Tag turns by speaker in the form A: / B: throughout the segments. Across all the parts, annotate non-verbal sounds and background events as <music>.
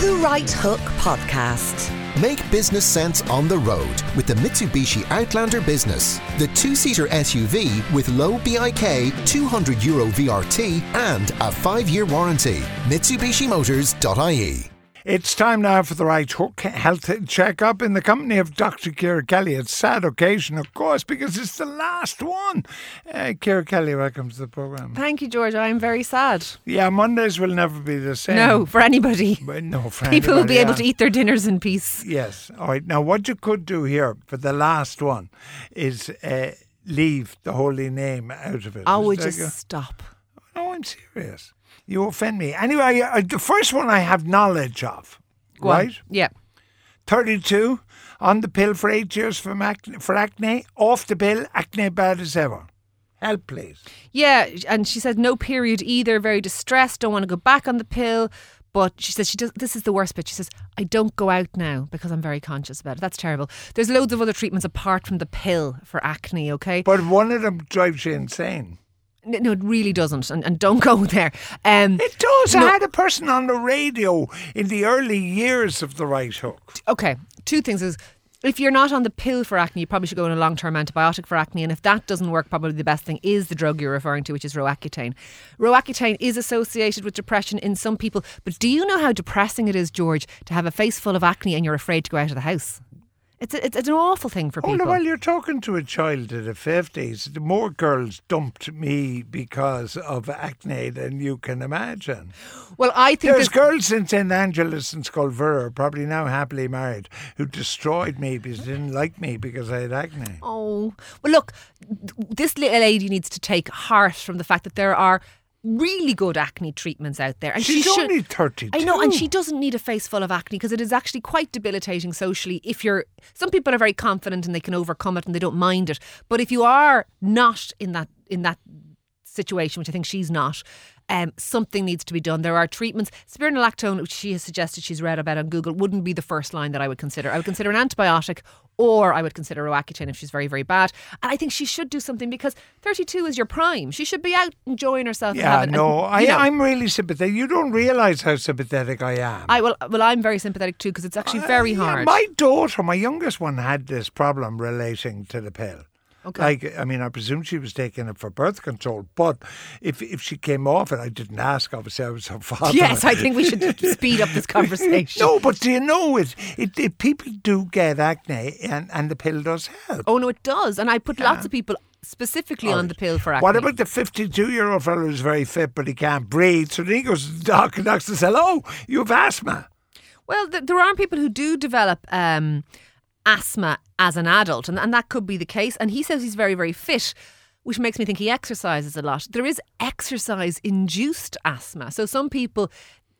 A: The Right Hook Podcast.
B: Make business sense on the road with the Mitsubishi Outlander Business, the two seater SUV with low BIK, 200 euro VRT, and a five year warranty. MitsubishiMotors.ie.
C: It's time now for the right hook health checkup in the company of Dr. Kira Kelly. It's a sad occasion, of course, because it's the last one. Uh, Kira Kelly, welcome to the programme.
D: Thank you, George. I'm very sad.
C: Yeah, Mondays will never be the same.
D: No, for anybody.
C: But no, <laughs> for
D: People will be
C: anybody
D: able
C: else.
D: to eat their dinners in peace.
C: Yes. All right. Now, what you could do here for the last one is uh, leave the holy name out of it.
D: I
C: Is
D: would
C: that
D: just
C: go-
D: stop.
C: No, I'm serious. You offend me. Anyway, uh, the first one I have knowledge of,
D: Go on.
C: right?
D: Yeah.
C: 32, on the pill for eight years from acne, for acne, off the pill, acne bad as ever. Help, please.
D: Yeah. And she said, no period either. Very distressed. Don't want to go back on the pill. But she says, she does, this is the worst bit. She says, I don't go out now because I'm very conscious about it. That's terrible. There's loads of other treatments apart from the pill for acne, okay?
C: But one of them drives you insane.
D: N- no, it really doesn't. And, and don't go there. Um,
C: <laughs> It does. I
D: No.
C: had a person on the radio in the early years of the right hook.
D: okay, two things is if you're not on the pill for acne, you probably should go on a long term antibiotic for acne. And if that doesn't work, probably the best thing is the drug you're referring to, which is Roaccutane. Roaccutane is associated with depression in some people. But do you know how depressing it is, George, to have a face full of acne and you're afraid to go out of the house? It's, a, it's, it's an awful thing for
C: Oh,
D: people.
C: well, you're talking to a child in the 50s. The More girls dumped me because of acne than you can imagine.
D: Well, I think
C: There's
D: this,
C: girls in St. Angeles and Skullvera, probably now happily married, who destroyed me because they didn't like me because I had acne.
D: Oh, well, look, th- this little lady needs to take heart from the fact that there are really good acne treatments out there. And
C: She's
D: she should,
C: only 32.
D: I know, and she doesn't need a face full of acne because it is actually quite debilitating socially. If you're, some people are very confident and they can overcome it and they don't mind it, but if you are not in that in that situation, which I think she's not. Um, something needs to be done. There are treatments. Spironolactone, which she has suggested she's read about on Google, wouldn't be the first line that I would consider. I would consider an antibiotic or I would consider Roaccutane if she's very, very bad. And I think she should do something because 32 is your prime. She should be out enjoying herself.
C: Yeah,
D: and having,
C: no,
D: and, you know.
C: I, I'm really sympathetic. You don't realise how sympathetic I am.
D: I well, well, I'm very sympathetic too because it's actually very
C: Yeah,
D: hard.
C: my daughter, my youngest one, had this problem relating to the pill.
D: Okay.
C: Like, I mean, I presume she was taking it for birth control, but if if she came off it, I didn't ask, obviously, I was her
D: <laughs>
C: father.
D: yes, I
C: <laughs>
D: think we should speed up this conversation.
C: No, but do you know it, it, it? People do get acne, and, and the pill does help.
D: Oh no, it does, and I put lots of people specifically on the pill for acne.
C: Oh, What about the 52 year old fellow who's very fit but he can't breathe? So then he goes to the doc and the doctor says, Hello, you have asthma.
D: Well, th- there are people who do develop um, asthma as an adult, and, and that could be the case. And he says he's very, very fit, which makes me think he exercises a lot. There is exercise induced asthma. So some people.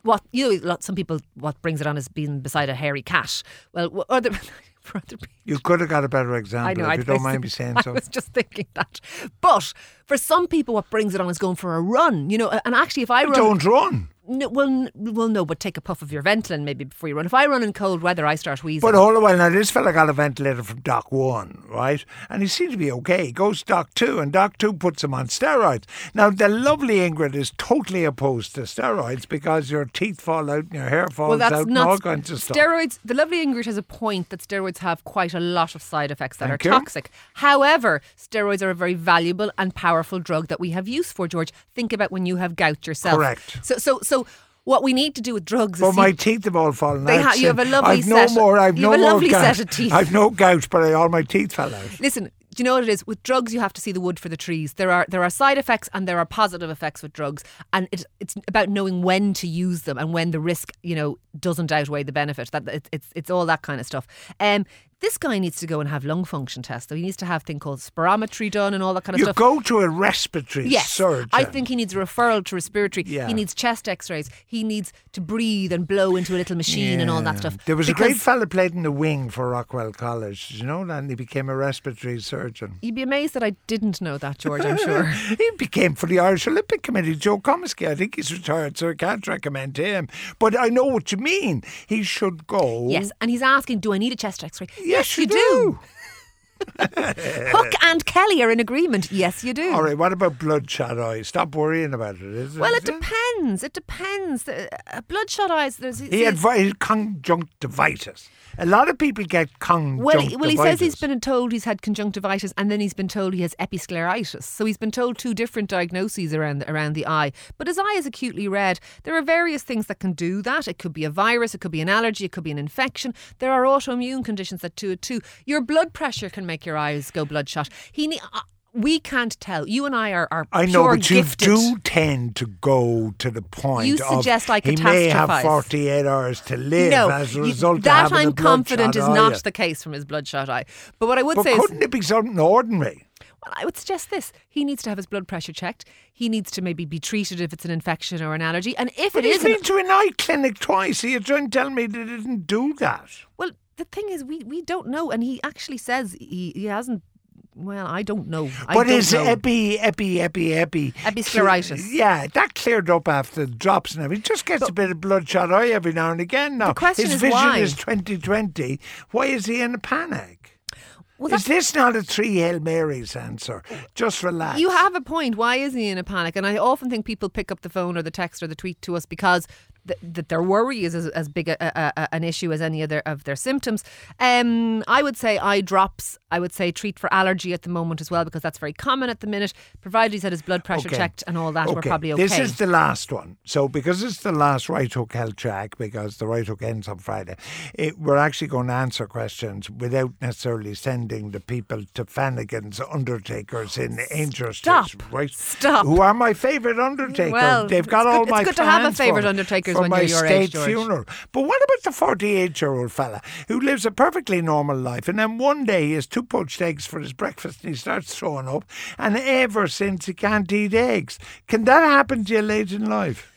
D: What you know, lot- some people what brings it on is being beside a hairy cat. Well, wh- other <laughs> for other people,
C: You could have got a better example
D: I know.
C: if
D: I'd
C: you
D: <laughs>
C: don't
D: I
C: mind
D: s-
C: me saying
D: I
C: so.
D: was just thinking that. But for some people, what brings it on is going for a run. You know, and actually, if I run,
C: <laughs> Don't run.
D: No, well, n- well, no, but take a puff of your Ventolin maybe before you run. If I run in cold weather, I start wheezing.
C: But hold on a while now. This fella got a ventilator from Doc 1, right? And he seemed to be okay. He goes to Doc 2, and Doc 2 puts him on steroids. Now, the lovely Ingrid is totally opposed to steroids because your teeth fall out and your hair falls
D: well, that's
C: out and
D: not
C: all kinds of stuff.
D: steroids. The lovely Ingrid has a point that steroids have quite a lot of side effects that
C: Thank
D: are
C: you.
D: toxic. However, steroids are a very valuable and powerful drug that we have use for. George, think about when you have gout yourself.
C: Correct.
D: So, so, so, what we need to do with drugs
C: But
D: is
C: my
D: see-
C: teeth have all fallen
D: They
C: out.
D: ha- you have a
C: since.
D: lovely
C: I've no
D: set-
C: more. I've
D: you
C: no
D: have a
C: more
D: lovely
C: gout.
D: set of teeth.
C: I've no gout, but I, all my teeth fell out.
D: Listen, do you know what it is? With drugs, you have to see the wood for the trees. There are there are side effects and there are positive effects with drugs, and it's it's about knowing when to use them and when the risk you know doesn't outweigh the benefit. That it's it's, it's all that kind of stuff. Um, this guy needs to go and have lung function tests. Though he needs to have thing called spirometry done and all that kind of
C: You
D: stuff.
C: go to a respiratory
D: Yes,
C: surgeon.
D: I think he needs a referral to respiratory.
C: Yeah.
D: He needs chest X-rays. He needs to breathe and blow into a little machine and all that
C: Yeah.
D: stuff.
C: There was a
D: Because-
C: great fella played in the wing for Rockwell College. Did you know that? And he became a respiratory surgeon.
D: You'd be amazed that I didn't know that, George.
C: <laughs>
D: I'm sure.
C: He became for the Irish Olympic Committee, Joe Comiskey. I think he's retired, so I can't recommend him. But I know what you mean. He should go.
D: Yes, and he's asking, do I need a chest X-ray?
C: Yes, you
D: you do. Hook and Kelly are in agreement. Yes, you do.
C: All right, what about bloodshot eye? Stop worrying about it, is it?
D: Well, it
C: is it?
D: depends. It depends. The- uh, bloodshot eyes. There's,
C: He had vi- his conjunctivitis. A lot of people get
D: well,
C: conjunctivitis.
D: he- well, he says he's been told he's had conjunctivitis, and then he's been told he has episcleritis. So he's been told two different diagnoses around the, around the eye. But his eye is acutely red. There are various things that can do that. It could be a virus, it could be an allergy, it could be an infection. There are autoimmune conditions that do it too. Your blood pressure can make your eyes go bloodshot. He. Ne- uh, we can't tell. You and I are, are
C: I know,
D: pure
C: but you
D: gifted.
C: do tend to go to the point.
D: You
C: of
D: suggest I
C: he may have
D: catastrophise.
C: forty-eight hours to live
D: no,
C: as a
D: you-
C: result
D: that
C: of
D: I'm
C: having a bloodshot
D: confident is not
C: eye.
D: the case from his bloodshot eye. But what I would
C: But
D: say is,
C: couldn't it be something ordinary?
D: well, I would suggest this: he needs to have his blood pressure checked. He needs to maybe be treated if it's an infection or an allergy, and if
C: But
D: it
C: he's
D: is, an-
C: been to an eye clinic twice. You're trying to tell me they didn't do that.
D: well, the thing is, we we don't know, and he actually says he, he hasn't. Well, I don't know. I
C: But
D: don't
C: is
D: know.
C: epi, epi, epi, epi.
D: Episcleritis.
C: cle- Yeah, that cleared up after the drops and everything. Just gets a bit of bloodshot eye every now and again now.
D: The question
C: His
D: is
C: vision
D: why?
C: is 2020. Why is he in a panic?
D: Well,
C: is
D: that's-
C: this not a three Hail Marys answer? Just relax.
D: You have a point. Why is he in a panic? And I often think people pick up the phone or the text or the tweet to us because th- that their worry is as, as big a, a, a, an issue as any other of their symptoms. Um, I would say eye drops. I would say treat for allergy at the moment as well because that's very common at the minute. Provided he's had his blood pressure
C: Okay.
D: checked and all that, we're
C: Okay,
D: probably okay.
C: This is the last one. So, because it's the last right hook health track, because the right hook ends on Friday, it, we're actually going to answer questions without necessarily sending the people to Flanagan's undertakers in Angers.
D: Stop.
C: Right?
D: Stop.
C: Who are my favourite undertaker?
D: Well,
C: They've got
D: it's
C: all
D: good- it's
C: my
D: good to have a
C: fans for-
D: favourite undertakers
C: for
D: when
C: my
D: you're your
C: state
D: age, George.
C: funeral. But what about the 48 year old fella who lives a perfectly normal life and then one day he has two poached eggs for his breakfast and he starts throwing up and ever since he can't eat eggs? Can that happen to you late in life?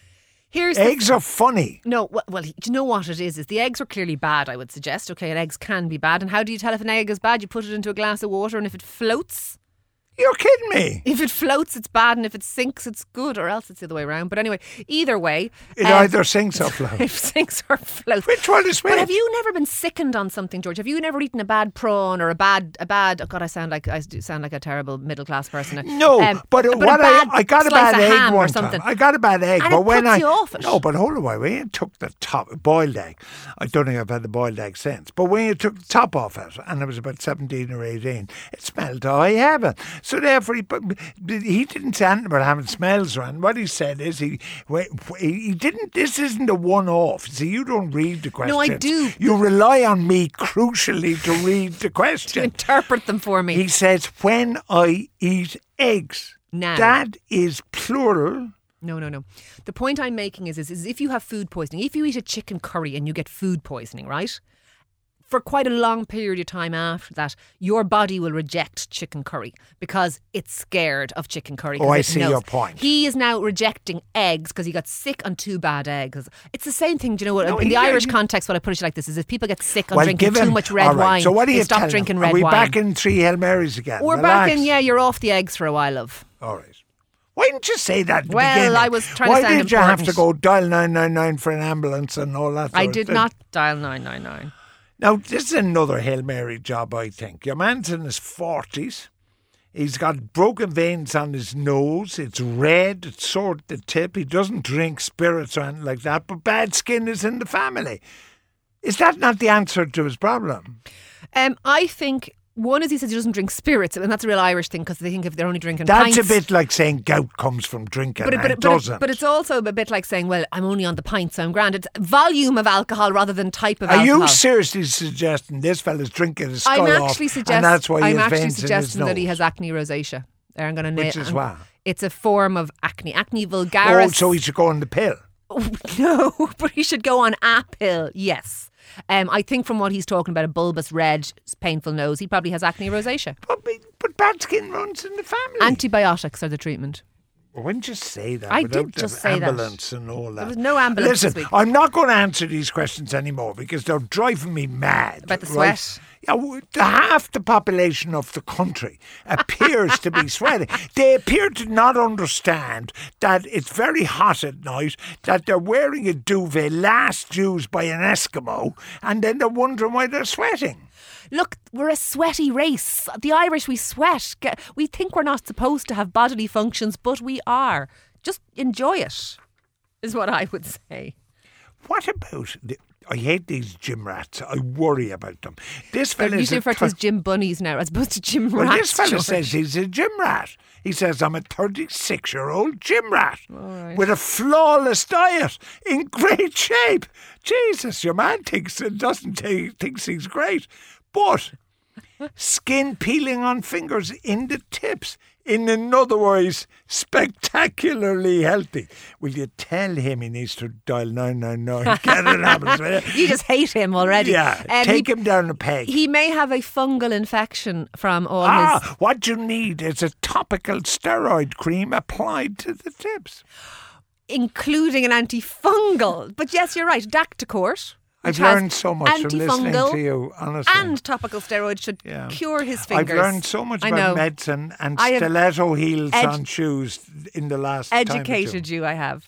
D: Here's the
C: Eggs are funny.
D: No, well, well, do you know what it is? Is the eggs were clearly bad. I would suggest. Okay, and eggs can be bad. And how do you tell if an egg is bad? You put it into a glass of water, and if it floats,
C: You're kidding me.
D: if it floats, it's bad, and if it sinks, it's good, or else it's the other way around. But anyway, either way,
C: It
D: um,
C: either sinks or floats.
D: <laughs> if sinks or floats.
C: Which one is which?
D: But have you never been sickened on something, George? Have you never eaten a bad prawn or a bad a bad? Oh God, I sound like I do sound like a terrible middle class person.
C: No,
D: Um,
C: but,
D: a
C: what
D: bad
C: I, I got a
D: slice
C: bad
D: of
C: egg
D: ham
C: one
D: or something.
C: time. I got a bad egg,
D: And
C: but
D: it
C: when
D: puts
C: I
D: you off it.
C: no, but hold on, wait, when you took the top boiled egg, I don't think I've had the boiled egg since. But when you took the top off it, and I was about seventeen or eighteen, it smelled to high heaven. So therefore, he, put- he didn't say anything about having smells or anything. What he said is he wait, he he didn't. This isn't a one-off. See, you don't read the questions.
D: No, I do.
C: You rely on me crucially to read
D: <laughs>
C: the question.
D: <laughs> Interpret them for me.
C: He says, when I eat eggs.
D: Now.
C: That is plural.
D: No, no, no. The point I'm making is, is, is if you have food poisoning, if you eat a chicken curry and you get food poisoning, right? For quite a long period of time after that, your body will reject chicken curry because it's scared of chicken curry. 'cause
C: Oh, I
D: it
C: see
D: knows.
C: your point.
D: He is now rejecting eggs because he got sick on two bad eggs. It's the same thing. Do you know what?
C: No,
D: in
C: he-
D: the Irish
C: he-
D: context, what I put it like this is if people get sick on
C: well,
D: drinking
C: give him,
D: too much red
C: all right,
D: wine,
C: So what are
D: they
C: you
D: stop
C: telling
D: drinking
C: him?
D: red
C: Are we
D: wine.
C: back in three Hail Marys again?
D: We're back in,
C: Relax.
D: yeah, you're off the eggs for a while, love.
C: All right. Why didn't you say that? At the
D: Well,
C: beginning?
D: I was trying to
C: Why
D: sound
C: did you have to go
D: important.
C: dial nine nine nine for an ambulance and all that?
D: I
C: sort of
D: did
C: thing?
D: not dial 999.
C: Now, this is another Hail Mary job, I think. Your man's in his 40s. He's got broken veins on his nose. It's red. It's sore at the tip. He doesn't drink spirits or anything like that, but bad skin is in the family. Is that not the answer to his problem?
D: Um, I think one is he says he doesn't drink spirits, and that's a real Irish thing because they think if they're only drinking
C: That's
D: pints,
C: a bit like saying gout comes from drinking.
D: But it, but,
C: and
D: it, but,
C: doesn't.
D: it, but it's also a bit like saying, "Well, I'm only on the pint, so I'm grand." It's volume of alcohol rather than type of
C: Are
D: alcohol.
C: you seriously suggesting this fella's drinking his skull
D: I'm
C: off,
D: actually suggesting.
C: and that's why he
D: I'm
C: has
D: actually
C: veins in his
D: suggesting
C: nose?
D: that he has acne rosacea. There, I'm going to name
C: Which is
D: I'm-
C: what?
D: It's a form of acne, acne vulgaris.
C: oh, so he should go on the pill.
D: <laughs> no, but he should go on apple. Yes. Um, I think from what he's talking about, a bulbous red, painful nose, he probably has acne rosacea.
C: But, but bad skin runs in the family.
D: Antibiotics are the treatment.
C: Well, When did you say that?
D: I
C: without
D: did just
C: the
D: say that.
C: ambulance and all that.
D: was no ambulance
C: Listen,
D: this week.
C: I'm not going to answer these questions anymore because they're driving me mad.
D: About the
C: right?
D: sweat.
C: you know, the half the population of the country appears
D: <laughs>
C: to be sweating. They appear to not understand that it's very hot at night, that they're wearing a duvet last used by an Eskimo, and then they're wondering why they're sweating.
D: Look, we're a sweaty race. The Irish, we sweat. Ge- We think we're not supposed to have bodily functions, but we are. Just enjoy it, is what I would say.
C: What about the, I hate these gym rats. I worry about them. This
D: They're
C: fella is
D: usually
C: a
D: referred to
C: thir-
D: as gym bunnies now, as opposed to gym
C: Well,
D: rats.
C: this fella
D: George.
C: says he's a gym rat. He says I'm a 36 year old gym rat
D: right.
C: with a flawless diet, in great shape. Jesus, your man thinks and doesn't take, thinks he's great, but skin peeling on fingers in the tips. In an otherwise spectacularly healthy. Will you tell him he needs to dial 999? <laughs> Get an ambulance.
D: You just hate him already.
C: Yeah,
D: And
C: take
D: he,
C: him down a peg.
D: he may have a fungal infection from all his
C: ah, what you need is a topical steroid cream applied to the tips.
D: including an antifungal. But yes, you're right. Dactacort.
C: I've
D: which has
C: learned so much from listening
D: antifungal
C: to you, honestly.
D: And topical steroids should
C: Yeah.
D: cure his fingers.
C: I've learned so much
D: I know.
C: about medicine and
D: I have
C: stiletto heels
D: edu-
C: on shoes in the last time. or
D: Educated
C: two.
D: you, I have.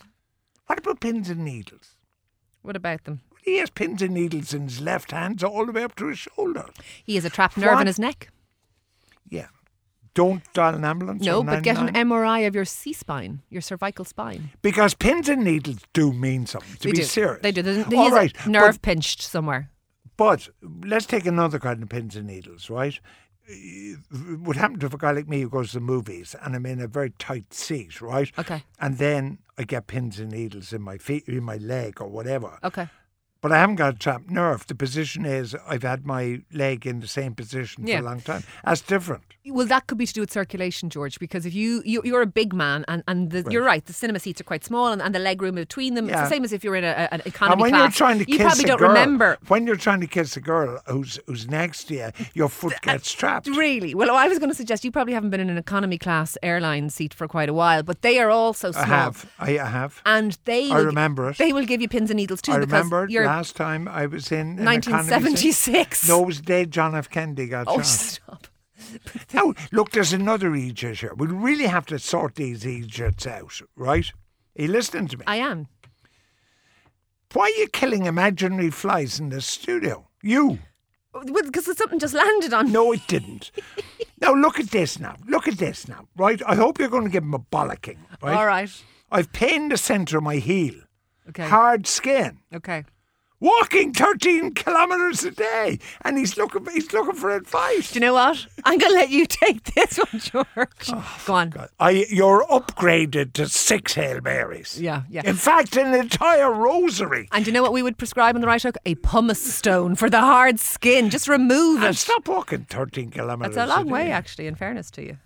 C: What about pins and needles?
D: What about them?
C: He has pins and needles in his left hand all the way up to his shoulder.
D: He has a trapped nerve
C: What?
D: in his neck.
C: Yeah. Don't dial an ambulance.
D: no,
C: on
D: but get an
C: 99.
D: MRI of your C spine, your cervical spine.
C: Because pins and needles do mean something, to
D: they
C: be
D: do.
C: serious.
D: They do. They- He
C: All
D: has a
C: right, but
D: nerve pinched somewhere.
C: But let's take another kind of pins and needles, right? What happened to a guy like me who goes to the movies and I'm in a very tight seat, right?
D: Okay.
C: And then I get pins and needles in my feet, in my leg, or whatever.
D: Okay.
C: But I haven't got a trapped nerve. The position is I've had my leg in the same position
D: Yeah.
C: for a long time. That's different.
D: Well, that could be to do with circulation, George, because if you, you you're a big man, and and the, you're right, the cinema seats are quite small, and, and the leg room between them,
C: Yeah.
D: it's the same as if you're in a, an economy
C: and when
D: class.
C: you're trying to
D: you
C: kiss
D: probably
C: a
D: don't
C: girl,
D: remember.
C: when you're trying to kiss a girl who's who's next to you, your foot
D: uh,
C: gets trapped.
D: Really? Well, I was going to suggest you probably haven't been in an economy class airline seat for quite a while, but they are also small.
C: I have. I have.
D: And they
C: I
D: will-
C: remember it.
D: They will give you pins and needles too
C: I
D: because
C: remember
D: you're
C: last time I was in an economy seat.
D: 1976.
C: No, it was the day John F. Kennedy
D: <laughs>
C: got
D: Oh, <laughs>
C: shot.
D: stop.
C: Now, look, there's another Egypt here. We really have to sort these Egypts out, right? Are you listening to me?
D: I am.
C: Why are you killing imaginary flies in the studio? You.
D: Because something just landed on
C: No, it didn't.
D: <laughs>
C: now, look at this now. Look at this now, right? I hope you're going to give him a bollocking, right?
D: All right.
C: I've pained the centre of my heel.
D: Okay.
C: Hard skin.
D: Okay.
C: Walking 13 kilometres a day. And he's looking, he's looking for advice.
D: Do you know what? I'm going to let you <laughs> take this one, George.
C: Oh,
D: Go on.
C: I, you're upgraded to six Hail Marys.
D: Yeah, yeah.
C: In fact, an entire rosary.
D: And do you know what we would prescribe on the right hook? A pumice stone for the hard skin. Just remove
C: And
D: it.
C: stop walking 13 kilometres.
D: That's a long way,
C: day.
D: actually, in fairness to you.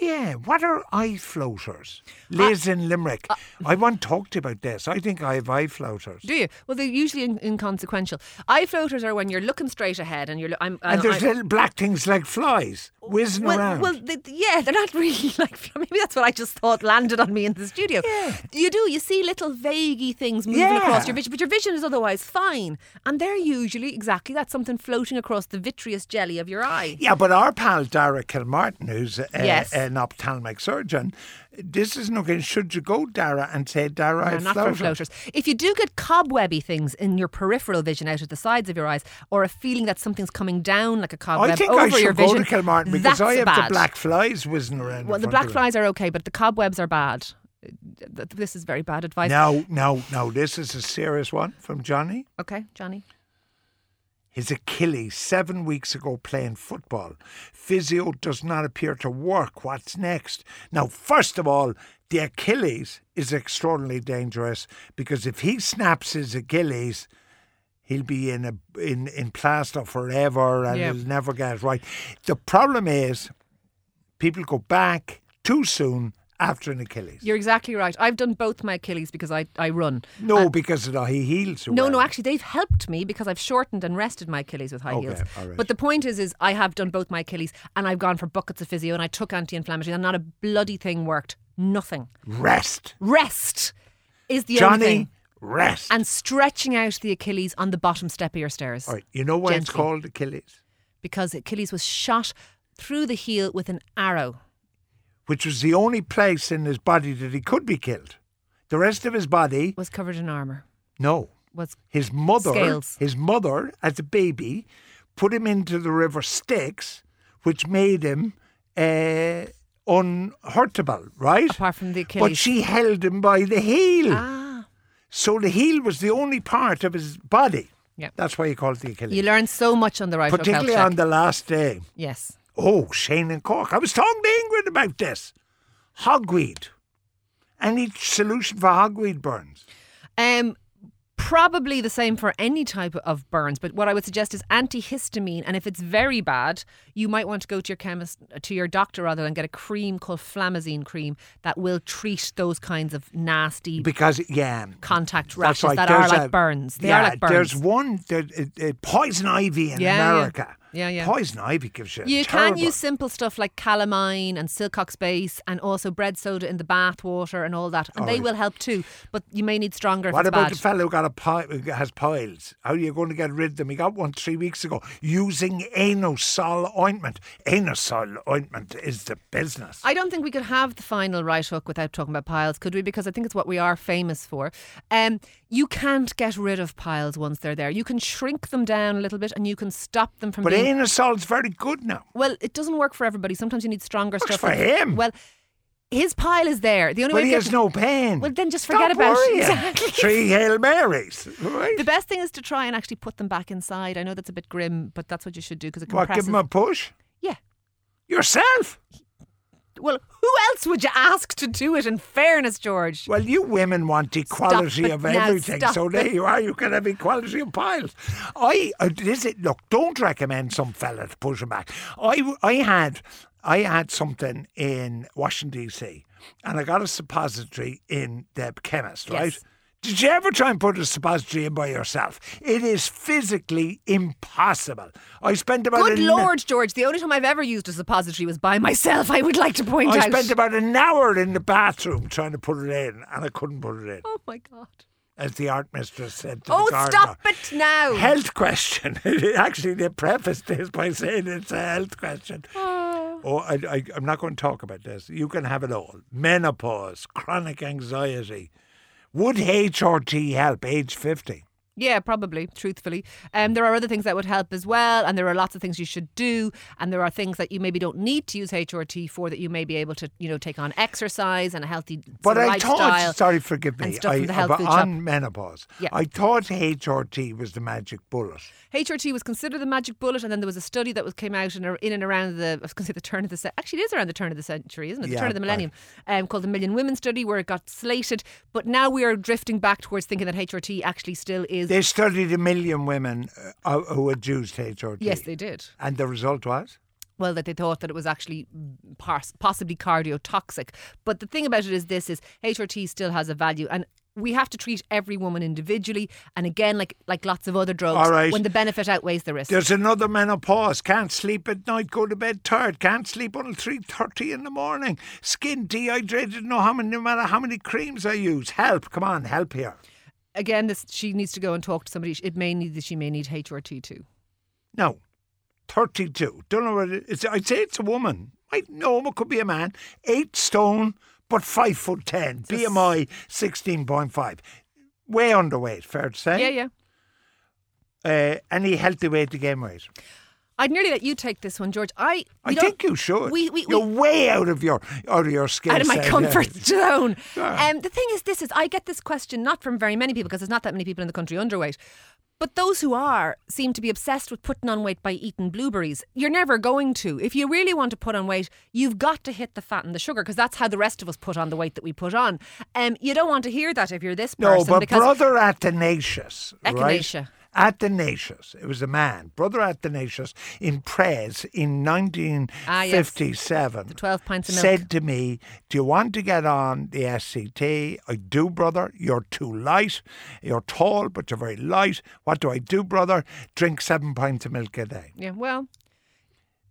C: Yeah, what are eye floaters? Liz in Limerick. I want to talk to you about this. I think I have eye floaters.
D: Uh, Do you? Well, they're usually in- inconsequential. Eye floaters are when you're looking straight ahead and you're. Lo- I'm,
C: and
D: I-
C: there's
D: I-
C: little black things like flies whizzing
D: well,
C: around.
D: well, th- th- yeah, they're not <laughs> really like. Maybe that's what I just thought landed on me in the studio.
C: Yeah.
D: You do. You see little vaguey things moving
C: Yeah.
D: across your vision, but your vision is otherwise fine. And they're usually exactly that's something floating across the vitreous jelly of your eye.
C: yeah, but our pal Dara Kilmartin, who's a,
D: Yes.
C: an ophthalmic surgeon, this is not going. Should you go, Dara, and say, Dara, I
D: No,
C: have
D: not for floaters. If you do get cobwebby things in your peripheral vision out at the sides of your eyes, or a feeling that something's coming down like a cobweb
C: I think
D: over
C: I should
D: your
C: go
D: vision,
C: to Kilmartin because
D: that's
C: I have
D: bad.
C: the black flies whizzing around. in
D: Well, the
C: front
D: black
C: of me.
D: flies are okay, but the cobwebs are bad. Uh, th- This is very bad advice.
C: No, no, no. This is a serious one from Johnny.
D: Okay, Johnny.
C: His Achilles seven weeks ago playing football. Physio does not appear to work. What's next? Now, first of all, the Achilles is extraordinarily dangerous because if he snaps his Achilles, he'll be in a in, in plaster forever and
D: Yeah.
C: he'll never get it right. The problem is people go back too soon after an Achilles.
D: You're exactly right. I've done both my Achilles because I, I run. Uh,
C: no, because of the he heals.
D: No, no, actually, they've helped me because I've shortened and rested my Achilles with high
C: Okay,
D: heels.
C: all right.
D: But the point is, is I have done both my Achilles and I've gone for buckets of physio and I took anti-inflammatory and not a bloody thing worked. Nothing.
C: rest.
D: Rest is the only
C: Johnny,
D: thing.
C: rest.
D: And stretching out the Achilles on the bottom step of your stairs.
C: All right, you know why it's
D: Gently.
C: called Achilles?
D: because Achilles was shot through the heel with an arrow.
C: which was the only place in his body that he could be killed. The rest of his body,
D: Was covered in armor.
C: no.
D: Was
C: His mother,
D: Scales.
C: his mother, as a baby, put him into the river Styx, which made him uh, unhurtable, right?
D: apart from the Achilles.
C: But she held him by the heel.
D: ah,
C: So the heel was the only part of his body.
D: Yeah.
C: That's why he called it the Achilles.
D: you learn so much on the right
C: Particularly
D: hotel
C: on the last day.
D: yes.
C: Oh, Shane and Cork. I was talking to Ingrid about this. Hogweed. Any solution for hogweed burns?
D: Um, probably the same for any type of burns, but what I would suggest is antihistamine. And if it's very bad, you might want to go to your chemist, to your doctor rather, and get a cream called Flamazine cream that will treat those kinds of nasty
C: Because, yeah.
D: contact rashes
C: that's right.
D: that are
C: There's
D: like
C: a-
D: burns. They
C: yeah,
D: are like burns.
C: There's one, there, uh, uh, poison ivy in
D: Yeah, yeah.
C: America.
D: Yeah, yeah.
C: Poison ivy gives you.
D: you
C: terrible.
D: can use simple stuff like calamine and silcox base and also bread soda in the bath water and all that and they will help too but you may need stronger if
C: Oh, What
D: it's
C: about
D: bad.
C: the fellow who got a pi- has piles? How are you going to get rid of them? He got one three weeks ago using anosol ointment. Anosol ointment is the business.
D: I don't think we could have the final right hook without talking about piles, could we? Because I think it's what we are famous for. Um, you can't get rid of piles once they're there. You can shrink them down a little bit, and you can stop them from
C: but
D: being.
C: anosol's very good now.
D: well, it doesn't work for everybody. Sometimes you need stronger
C: Works
D: stuff.
C: for him.
D: Well, his pile is there. The only
C: But
D: way
C: he
D: to
C: has
D: get-
C: no pain.
D: Well, then just
C: Stop
D: forget about it. <laughs>
C: worrying.
D: Exactly.
C: Three Hail Marys. Right?
D: The best thing is to try and actually put them back inside. I know that's a bit grim, but that's what you should do because it
C: What,
D: compresses.
C: give him a push?
D: yeah.
C: Yourself?
D: Well, who else would you ask to do it? In fairness, George.
C: Well, you women want equality
D: it
C: of
D: now,
C: everything,
D: stop
C: so there
D: it.
C: you are. You can have equality of piles. I uh, this is, look. Don't recommend some fella to push him back. I w- I had I had something in Washington D.C. and I got a suppository in the chemist. Right?
D: Yes.
C: Did you ever try and put a suppository in by yourself? It is physically impossible. I spent about
D: Good
C: an-
D: Lord, George, the only time I've ever used a suppository was by myself, I would like to point
C: I
D: out.
C: spent about an hour in the bathroom trying to put it in, and I couldn't put it in,
D: <laughs> oh my God.
C: as the art mistress said to
D: Oh,
C: the gardener.
D: stop it now.
C: Health question. <laughs> Actually, they prefaced this by saying it's a health question. Oh, I, I, I'm not going to talk about this. You can have it all menopause, chronic anxiety. Would HRT help age 50?
D: Yeah, probably, truthfully. Um, there are other things that would help as well, and there are lots of things you should do, and there are things that you maybe don't need to use HRT for that you may be able to, you know, take on exercise and a healthy sort
C: But
D: of
C: I
D: lifestyle.
C: thought, sorry, forgive
D: and
C: me,
D: stuff
C: I,
D: from the health
C: but
D: food shop.
C: on menopause,
D: Yeah.
C: I thought HRT was the magic bullet.
D: HRT was considered the magic bullet, and then there was a study that was came out in, in and around the I was going to say the turn of the cen- actually it is around the turn of the century, isn't it? The
C: Yeah,
D: turn of the millennium, um, called the Million Women Study, where it got slated. But now we are drifting back towards thinking that HRT actually still is.
C: They studied a million women uh, who had used HRT.
D: yes, they did.
C: And the result was?
D: well that they thought that it was actually pars- possibly cardiotoxic but the thing about it is this is hrt still has a value and we have to treat every woman individually and again like like lots of other drugs
C: All right.
D: when the benefit outweighs the risk
C: There's another menopause. Can't sleep at night. Go to bed tired. Can't sleep until three thirty in the morning. Skin dehydrated. No, how many, no matter how many creams I use. Help! Come on, help here.
D: again this she needs to go and talk to somebody it may need that she may need hrt too
C: No, thirty-two. Don't know what it is. I'd say it's a woman. I know it could be a man. Eight stone, but five foot ten. BMI sixteen point five. Way underweight. Fair to say.
D: yeah yeah
C: Uh, any healthy way to gain weight?
D: I'd nearly let you take this one, George. I,
C: I
D: you don't-
C: think you should.
D: We, we,
C: You're
D: we,
C: way out of your out of your skill
D: out of my
C: set, yeah. <laughs> Ah.
D: comfort zone.
C: Yeah.
D: Um, the thing is, this is I get this question not from very many people because there's not that many people in the country underweight. But those who are seem to be obsessed with putting on weight by eating blueberries. You're never going to. If you really want to put on weight, you've got to hit the fat and the sugar because that's how the rest of us put on the weight that we put on. Um, you don't want to hear that if you're this
C: No,
D: person
C: but
D: because
C: brother Athanasius, right?
D: Echinacea.
C: Athanasius, it was a man, brother Athanasius, in prayers in 1957,
D: Ah, The 12 pints of milk.
C: said to me, "Do you want to get on the SCT?" I do, brother. You're too light. You're tall, but you're very light. What do I do, brother? Drink seven pints of milk a day.
D: yeah, well,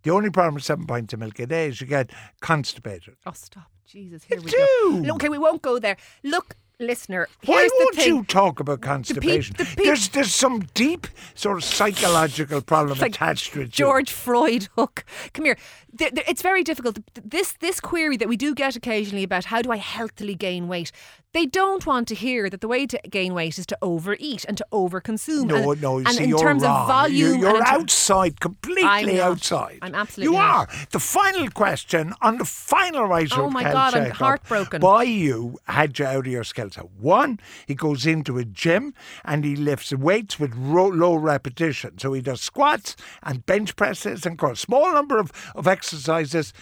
C: The only problem with seven pints of milk a day is you get constipated.
D: Oh, stop. Jesus, here we
C: do.
D: go. No, Okay, we won't go there. Look, listener,
C: Why
D: here's the
C: won't
D: thing.
C: you talk about constipation?
D: the peop-
C: there's there's some deep sort of psychological problem
D: like
C: attached to it. too.
D: George Freud hook. Come here. Th- th- It's very difficult. This this query that we do get occasionally about how do I healthily gain weight? They don't want to hear that the way to gain weight is to overeat and to overconsume.
C: No,
D: and,
C: no. You
D: and
C: see,
D: in
C: you're
D: terms
C: wrong.
D: of volume,
C: you,
D: and
C: you're
D: in ter-
C: outside, completely
D: I'm not.
C: outside.
D: I'm absolutely
C: You
D: not.
C: are. The final question on the final right
D: Oh
C: of
D: my
C: health
D: God, I'm
C: checkup
D: heartbroken.
C: By you had you out of your skill set. One, he goes into a gym and he lifts weights with ro- low repetition. So he does squats and bench presses and curls. Small number of, of exercises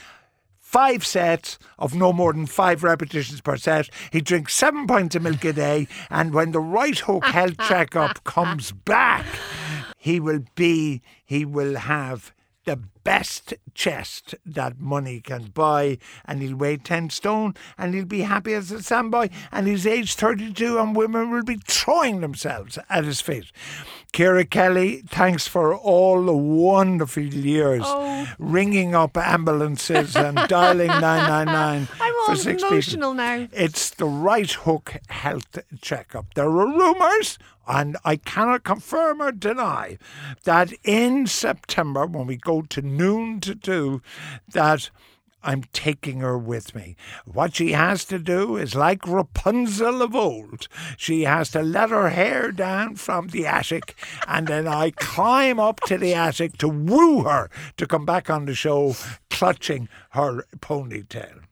C: five sets of no more than five repetitions per set. He drinks seven pints of milk a day, and when the right hook health checkup comes back, he will be, he will have the best chest that money can buy, and he'll weigh 10 stone, and he'll be happy as a sandboy, and he's age 32, and women will be throwing themselves at his feet. Kira Kelly, thanks for all the wonderful years ringing up ambulances and
D: <laughs>
C: dialing 999
D: I'm
C: for
D: all
C: six
D: emotional
C: people.
D: now.
C: It's the right hook health checkup. There are rumours, and I cannot confirm or deny, that in September, when we go to noon to do, that I'm taking her with me. What she has to do is like Rapunzel of old. She has to let her hair down from the attic, and then I climb up to the attic to woo her to come back on the show clutching her ponytail.